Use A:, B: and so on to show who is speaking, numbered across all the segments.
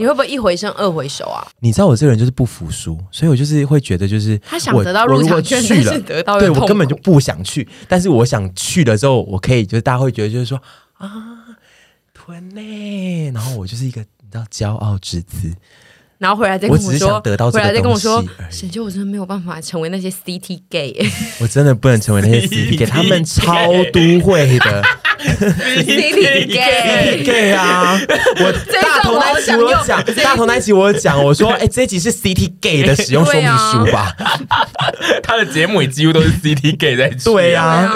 A: 你会不会一回生二回熟啊？
B: 你知道我这个人就是不服输，所以我就是会觉得就是
A: 他想
B: 我
A: 得到
B: 我
A: 入
B: 如
A: 场
B: 果
A: 券，
B: 去
A: 但
B: 了
A: 是得到又
B: 对我
A: 痛
B: 根本就
A: 苦
B: 不想去，但是我想去了之后，我可以就是大家会觉得就是说啊，臀呢，然后我就是一个你知道骄傲之子，
A: 然后回来再
B: 我
A: 跟
B: 只
A: 我
B: 是
A: 说
B: 想，得到这
A: 回来
B: 个
A: 再跟
B: 东
A: 我
B: 西
A: 说，
B: 而已。
A: 沈就我真的没有办法成为那些 CT gay，
B: 我真的不能成 为那些 CP 给他们超都会的
A: CT gay，
B: gay 啊！ 我
A: 一段
B: 大头
A: 我
B: 那
A: 好
B: 一集
A: 想
B: 我有
A: 用
B: 讲，大头那一集我有讲，我说哎，这一集是 CT gay 的使用说
A: 对
B: 明
A: 啊
B: 书吧？
C: 他的节目也几乎都是 CT gay 在出
B: 对啊。
A: 啊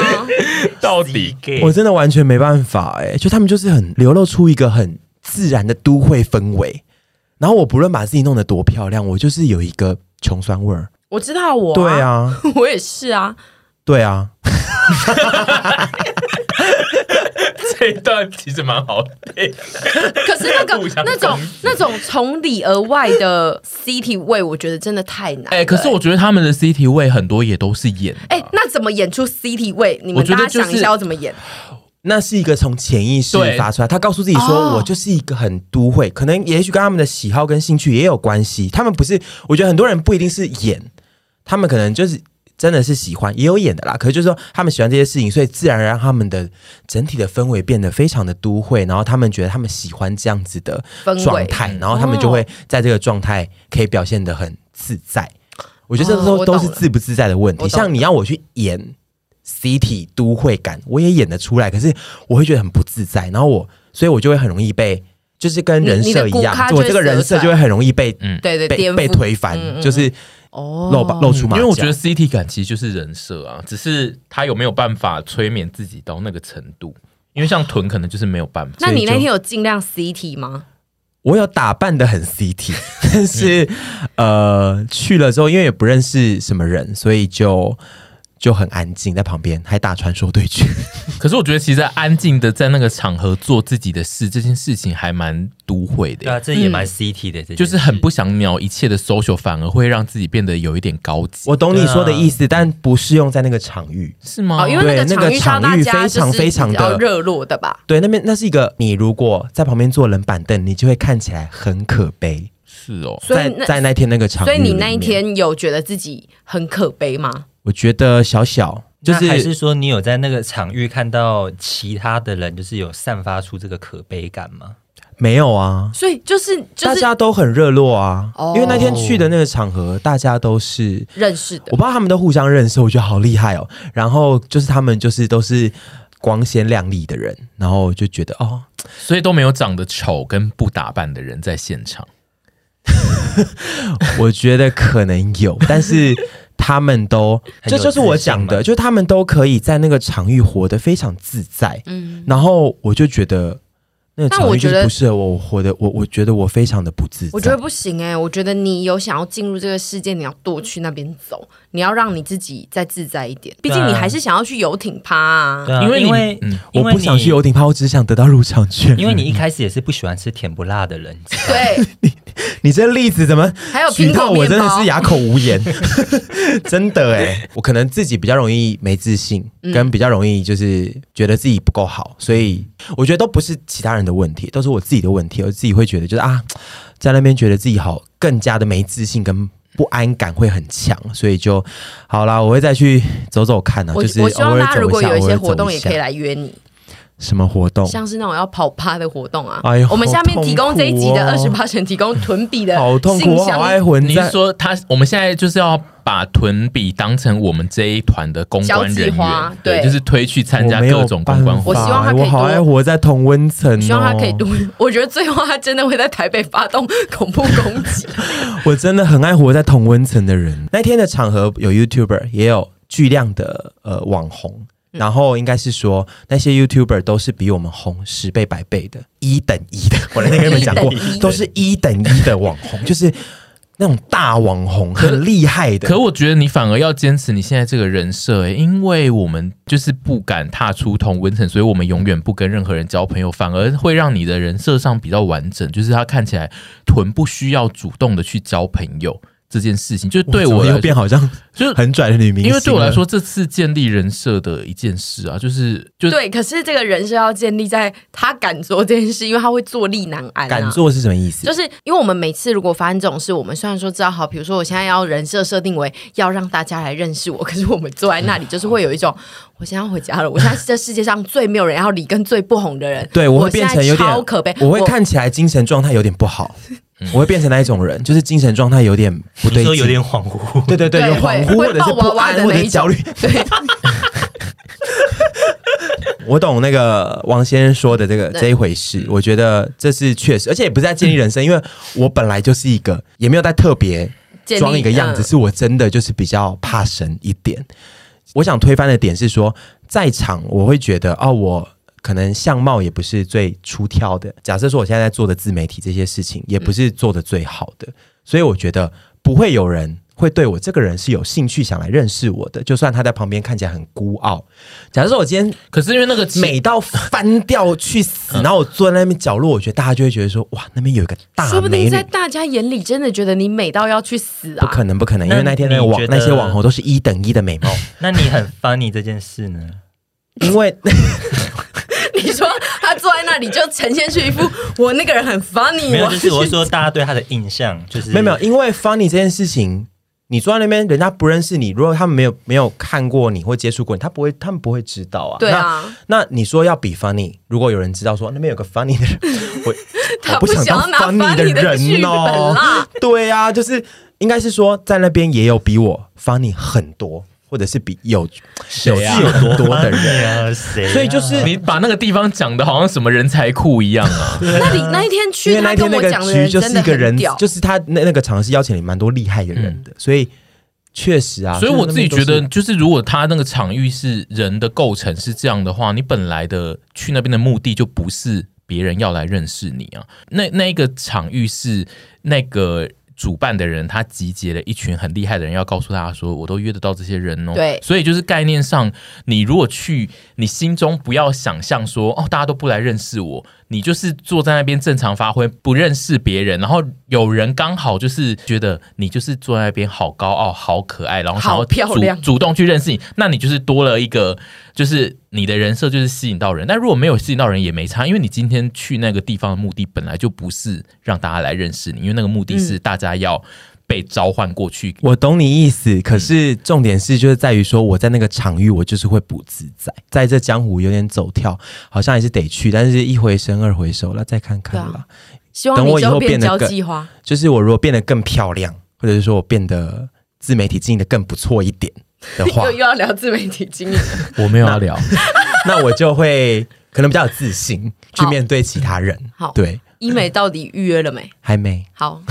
C: 到底
D: gay
B: 我真的完全没办法哎、就他们就是很流露出一个很自然的都会氛围，然后我不论把自己弄得多漂亮，我就是有一个穷酸味儿。
A: 我知道我、
B: 对，啊，
A: 我也是啊，
B: 对啊，
C: 这一段其实蛮好听的，
A: 可是那
C: 互
A: 个
C: 相
A: 那种
C: 攻击
A: 那种从里而外的 CT 位，我觉得真的太难了、
C: 哎、可是我觉得他们的 CT 位很多也都是演的
A: 哎、那怎么演出 CT 位？你
C: 我
A: 们
C: 觉
A: 大
C: 得
A: 家
C: 就是
A: 想一下要怎么演？
B: 那是一个从潜意识
C: 对
B: 发出来，他告诉自己说，
A: 哦
B: 我就是一个很都会，可能也许跟他们的喜好跟兴趣也有关系。他们不是，我觉得很多人不一定是演，他们可能就是。真的是喜欢，也有演的啦。可是就是说，他们喜欢这些事情，所以自然而然他们的整体的氛围变得非常的都会，然后他们觉得他们喜欢这样子的
A: 氛围嗯
B: 状态，然后他们就会在这个状态可以表现得很自在。我觉得这
A: 哦
B: 都
A: 我
B: 都
A: 懂
B: 是
A: 了
B: 自不自在的问题。
A: 我懂
B: 像你要我去演 City 都会感，我也演得出来，可是我会觉得很不自在，然后我，所以我就会很容易被，就是跟
A: 你
B: 人设一
A: 你的
B: 样
A: 骨咖，
B: 就我
A: 就会
B: 这个人设
A: 折
B: 就会很容易被
C: 嗯
A: 对对，
B: 被
A: 颠
B: 被
A: 覆
B: 推翻，
A: 嗯嗯
B: 就是
A: 哦
B: 露露出马
C: 因
B: 脚。
C: 为我觉得 CT 感其实就是人设啊，只是他有没有办法催眠自己到那个程度。因为像臀可能就是没有办法，
A: 那你
B: 所以
A: 那
B: 就
A: 天有尽量 CT 吗？
B: 我有打扮的很 City，但 是、呃去了之后，因为也不认识什么人，所以就。就很安静，在旁边还打传说对决，
C: 可是我觉得其实安静的在那个场合做自己的事，这件事情还蛮都会
D: 对啊，
C: 的，欸
D: 这也蛮 CT 的，这件事
C: 就是很不想鸟一切的 social，反而会让自己变得有一点高级，
B: 我懂你说的意
D: 啊
B: 思，但不适用在那个场域。
C: 是吗？
A: 哦，因为那个
B: 对那
A: 场
B: 个
A: 域上
B: 场
A: 大
B: 域
A: 家就
B: 非常
A: 是
B: 非常
A: 比较
B: 的
A: 热络的吧？
B: 对，那边那是一个你如果在旁边坐冷板凳，你就会看起来很可悲。
C: 是哦，
A: 所
B: 在
A: 以那
B: 在那天那个场域
A: 所
B: 里
A: 以
B: 面，
A: 你那一天有觉得自己很可悲吗？
B: 我觉得小小就
D: 那还
B: 是
D: 是说你有在那个场域看到其他的人，就是有散发出这个可悲感吗？
B: 没有啊，
A: 所以就是就
B: 大
A: 是
B: 家都很热络啊，
A: 哦
B: 因为那天去的那个场合，大家都是。
A: 认识的
B: 我不知道他们都互相认识，我觉得好厉害哦。然后就是他们就是都是光鲜亮丽的人，然后我就觉得 哦，
C: 所以都没有长得丑跟不打扮的人在现场。
B: 我觉得可能有，但是他们都，
D: 很
B: 这
D: 有
B: 就是我
D: 自信
B: 讲的，
D: 嘛
B: 就是他们都可以在那个场域活得非常自在。
A: 嗯，
B: 然后我就觉得那个
A: 但
B: 场
A: 我
B: 域就
A: 觉
B: 是
A: 得
B: 不适合我，我活得我我觉得我非常的不自在。
A: 我觉得不行哎、我觉得你有想要进入这个世界，你要多去那边走，你要让你自己再自在一点。毕
B: 啊
A: 竟你还是想要去游艇趴啊。
D: 对啊，
C: 因
D: 因
C: 为你
D: 为
C: 嗯
B: 我不想去游，艇趴，我只想得到入场券。
D: 因为你因为你一开始也是不喜欢吃甜不辣的人，你知道吗
A: 对，
B: 你这例子怎么
A: 还有
B: 举
A: 苹
B: 到
A: 果
B: 我
A: 面
B: 真的
A: 包
B: 是，哑口无言， 真的哎、我可能自己比较容易没自信，
A: 嗯
B: 跟比较容易就是觉得自己不够好，所以我觉得都不是其他人的问题，都是我自己的问题。我自己会觉得就是啊，在那边觉得自己好，更加的没自信跟。不安感会很强，所以就好啦。我会再去走走看啊，
A: 我
B: 就是
A: 我希
B: 偶
A: 望
B: 尔
A: 大家
B: 走
A: 如果
B: 下
A: 有一
B: 偶
A: 些
B: 尔
A: 活
B: 走
A: 动也
B: 下
A: 可以来约你，
B: 什么活动？
A: 像是那种要跑趴的活动啊。
B: 哎呦
A: 我们下面提供这一集的
B: 好
A: 二十
B: 痛苦哦
A: 八选，提供臀比的
B: 好痛苦，
A: 信
B: 我好爱
A: 箱。
B: 混
C: 你是
B: 在。
C: 说他？我们现在就是要把臀比当成我们这一团的公关
A: 交际
C: 人
A: 花
C: 员，对，
A: 对
C: 就是推去参加
B: 我没有
C: 各种公
B: 办
C: 关
B: 法
C: 活
A: 我希望他可以
B: 我好
A: 多
B: 爱活在同温层、哦。
A: 希望他可以多，我觉得最后他真的会在台北发动恐怖攻击。
B: 我真的很爱活在同温层的人。那天的场合有 YouTuber，也有巨量的呃网红。
A: 嗯
B: 然后应该是说，那些 YouTuber 都是比我们红十倍、百倍的，一等一的。我那天跟你们讲过
A: 一等，一
B: 都是一等一的网红，就是那种大网红，很厉害的。
C: 可我觉得你反而要坚持你现在这个人设、欸，因为我们就是不敢踏出同温层，所以我们永远不跟任何人交朋友，反而会让你的人设上比较完整，就是他看起来臀不需要主动的去交朋友。这件事情，就是对我
B: 又
C: 来
B: 变
C: 说，
B: 好像
C: 就是
B: 很拽的女明星了，
C: 因为对我来说，这次建立人设的一件事啊，就是就是
A: 对，可是这个人设要建立在他敢做这件事，因为他会坐立难安、啊。
B: 敢做是什么意思？
A: 就是因为我们每次如果发生这种事，我们虽然说知道好，比如说我现在要人设设定为要让大家来认识我，可是我们坐在那里就是会有一种，我现在要回家了，我现在是这世界上最没有人要理跟最不红的人，
B: 对
A: 我
B: 我会变成有
A: 现在
B: 点
A: 超可悲，嗯
B: 我会看起来精神状态有点不好，我会变成那一种人，就是精神状态有点不对
D: 你说
B: 劲，
D: 有点恍惚。
B: 对对对，
A: 对
B: 有恍
A: 会
B: 惚或者是
A: 会抱
B: 不
A: 娃娃的
B: 安或者
A: 那一
B: 是焦虑。
A: 我对
B: 我懂那个王先生说的这个
A: 对
B: 这一回事，我觉得这是确实，而且也不是在建立人生，因为我本来就是一个也没有在特别
A: 建立
B: 装一个样子，
A: 嗯
B: 是我真的就是比较怕神一点。我想推翻的点是说，在场我会觉得哦，我可能相貌也不是最出挑的。假设说我现在在做的自媒体这些事情，也不是做的最好的，所以我觉得不会有人会对我这个人是有兴趣想来认识我的。就算他在旁边看起来很孤傲，假设说我今天
C: 可是因为那个气
B: 美到翻掉去死，
A: 嗯
B: 然后我坐在那边角落，我觉得大家就会觉得说，哇，那边有一个大
A: 嗯说不
B: 美
A: 定
B: 女
A: 在。大家眼里真的觉得你美到要去死
B: 不
A: 啊！
B: 可能，不可能，因为
D: 那
B: 那天那个网
D: 你觉得
B: 那些网红都是一等一的 美貌，
D: 那你很 funny 这件事呢？
B: 因为
A: 你说他坐在那里就呈现出一副 我那个人很 funny，
D: 没有，
A: 我
D: 就是我 是说大家对他的印象就是
B: 没有没有，因为 funny 这件事情，你坐在那边，人家不认识你，如果他们没有没有看过你或接触过你，他不会他们不会知道啊。
A: 对啊
B: 那，那你说要比 funny，如果有人知道说那边有个 funny 的人，我
A: 他
B: 我不
A: 想要
B: 当
A: 拿
B: funny
A: 的剧
B: 人
A: 本
B: 哦
A: 啦。。
B: 对啊，就是应该是说在那边也有比我 funny 很多，或者是比有有
C: 啊
B: 趣有很多的人。
D: 人啊，谁啊？
B: 所以就是
C: 你把那个地方讲的好像什么人才库一样啊，
A: 那你那一天
B: 因
A: 去，
B: 为那
A: 他跟
B: 天那
A: 我
B: 个
A: 讲的
B: 局就是
A: 真的
B: 一个
A: 很
B: 人
A: 屌，
B: 就是他那那个场是邀请了蛮多厉害的人的，所以确实啊，
C: 嗯所以我自己
B: 就
C: 觉
B: 是那边
C: 得，
B: 都是
C: 就是如果他那个场域是人的构成是这样的话，你本来的去那边的目的就不是别人要来认识你啊。那那一个场域是那个主办的人，他集结了一群很厉害的人，要告诉大家说，我都约得到这些人哦。
A: 对
C: 所以就是概念上，你如果去，你心中不要想象说，哦，大家都不来认识我，你就是坐在那边正常发挥，不认识别人，然后有人刚好就是觉得你就是坐在那边好高傲、好可爱，然后想要
A: 好漂
C: 主
A: 亮
C: 主动去认识你，那你就是多了一个，就是你的人设就是吸引到人。但如果没有吸引到人也没差，因为你今天去那个地方的目的本来就不是让大家来认识你，因为那个
A: 嗯
C: 目的是大家要被召唤过去。
B: 我懂你意思，可是重点是就是在于说我在那个场域我就是会不自在，在这江湖有点走跳，好像也是得去，但是一回生二回熟，那再看看
A: 对啊
B: 啦。
A: 希望
B: 等
A: 你
B: 我以
A: 之
B: 后
A: 变
B: 变得
A: 交
B: 更
A: 际花。
B: 就是我如果变得更漂亮，或者是说我变得自媒体经营的更不错一点的话
A: 又，又要聊自媒体经 营，
C: 我没有要聊，
B: 那我就会可能比较有自信去
A: 好
B: 面对其他人。
A: 好
B: 对，
A: 医美到底预约了没？
B: 还没。
A: 好，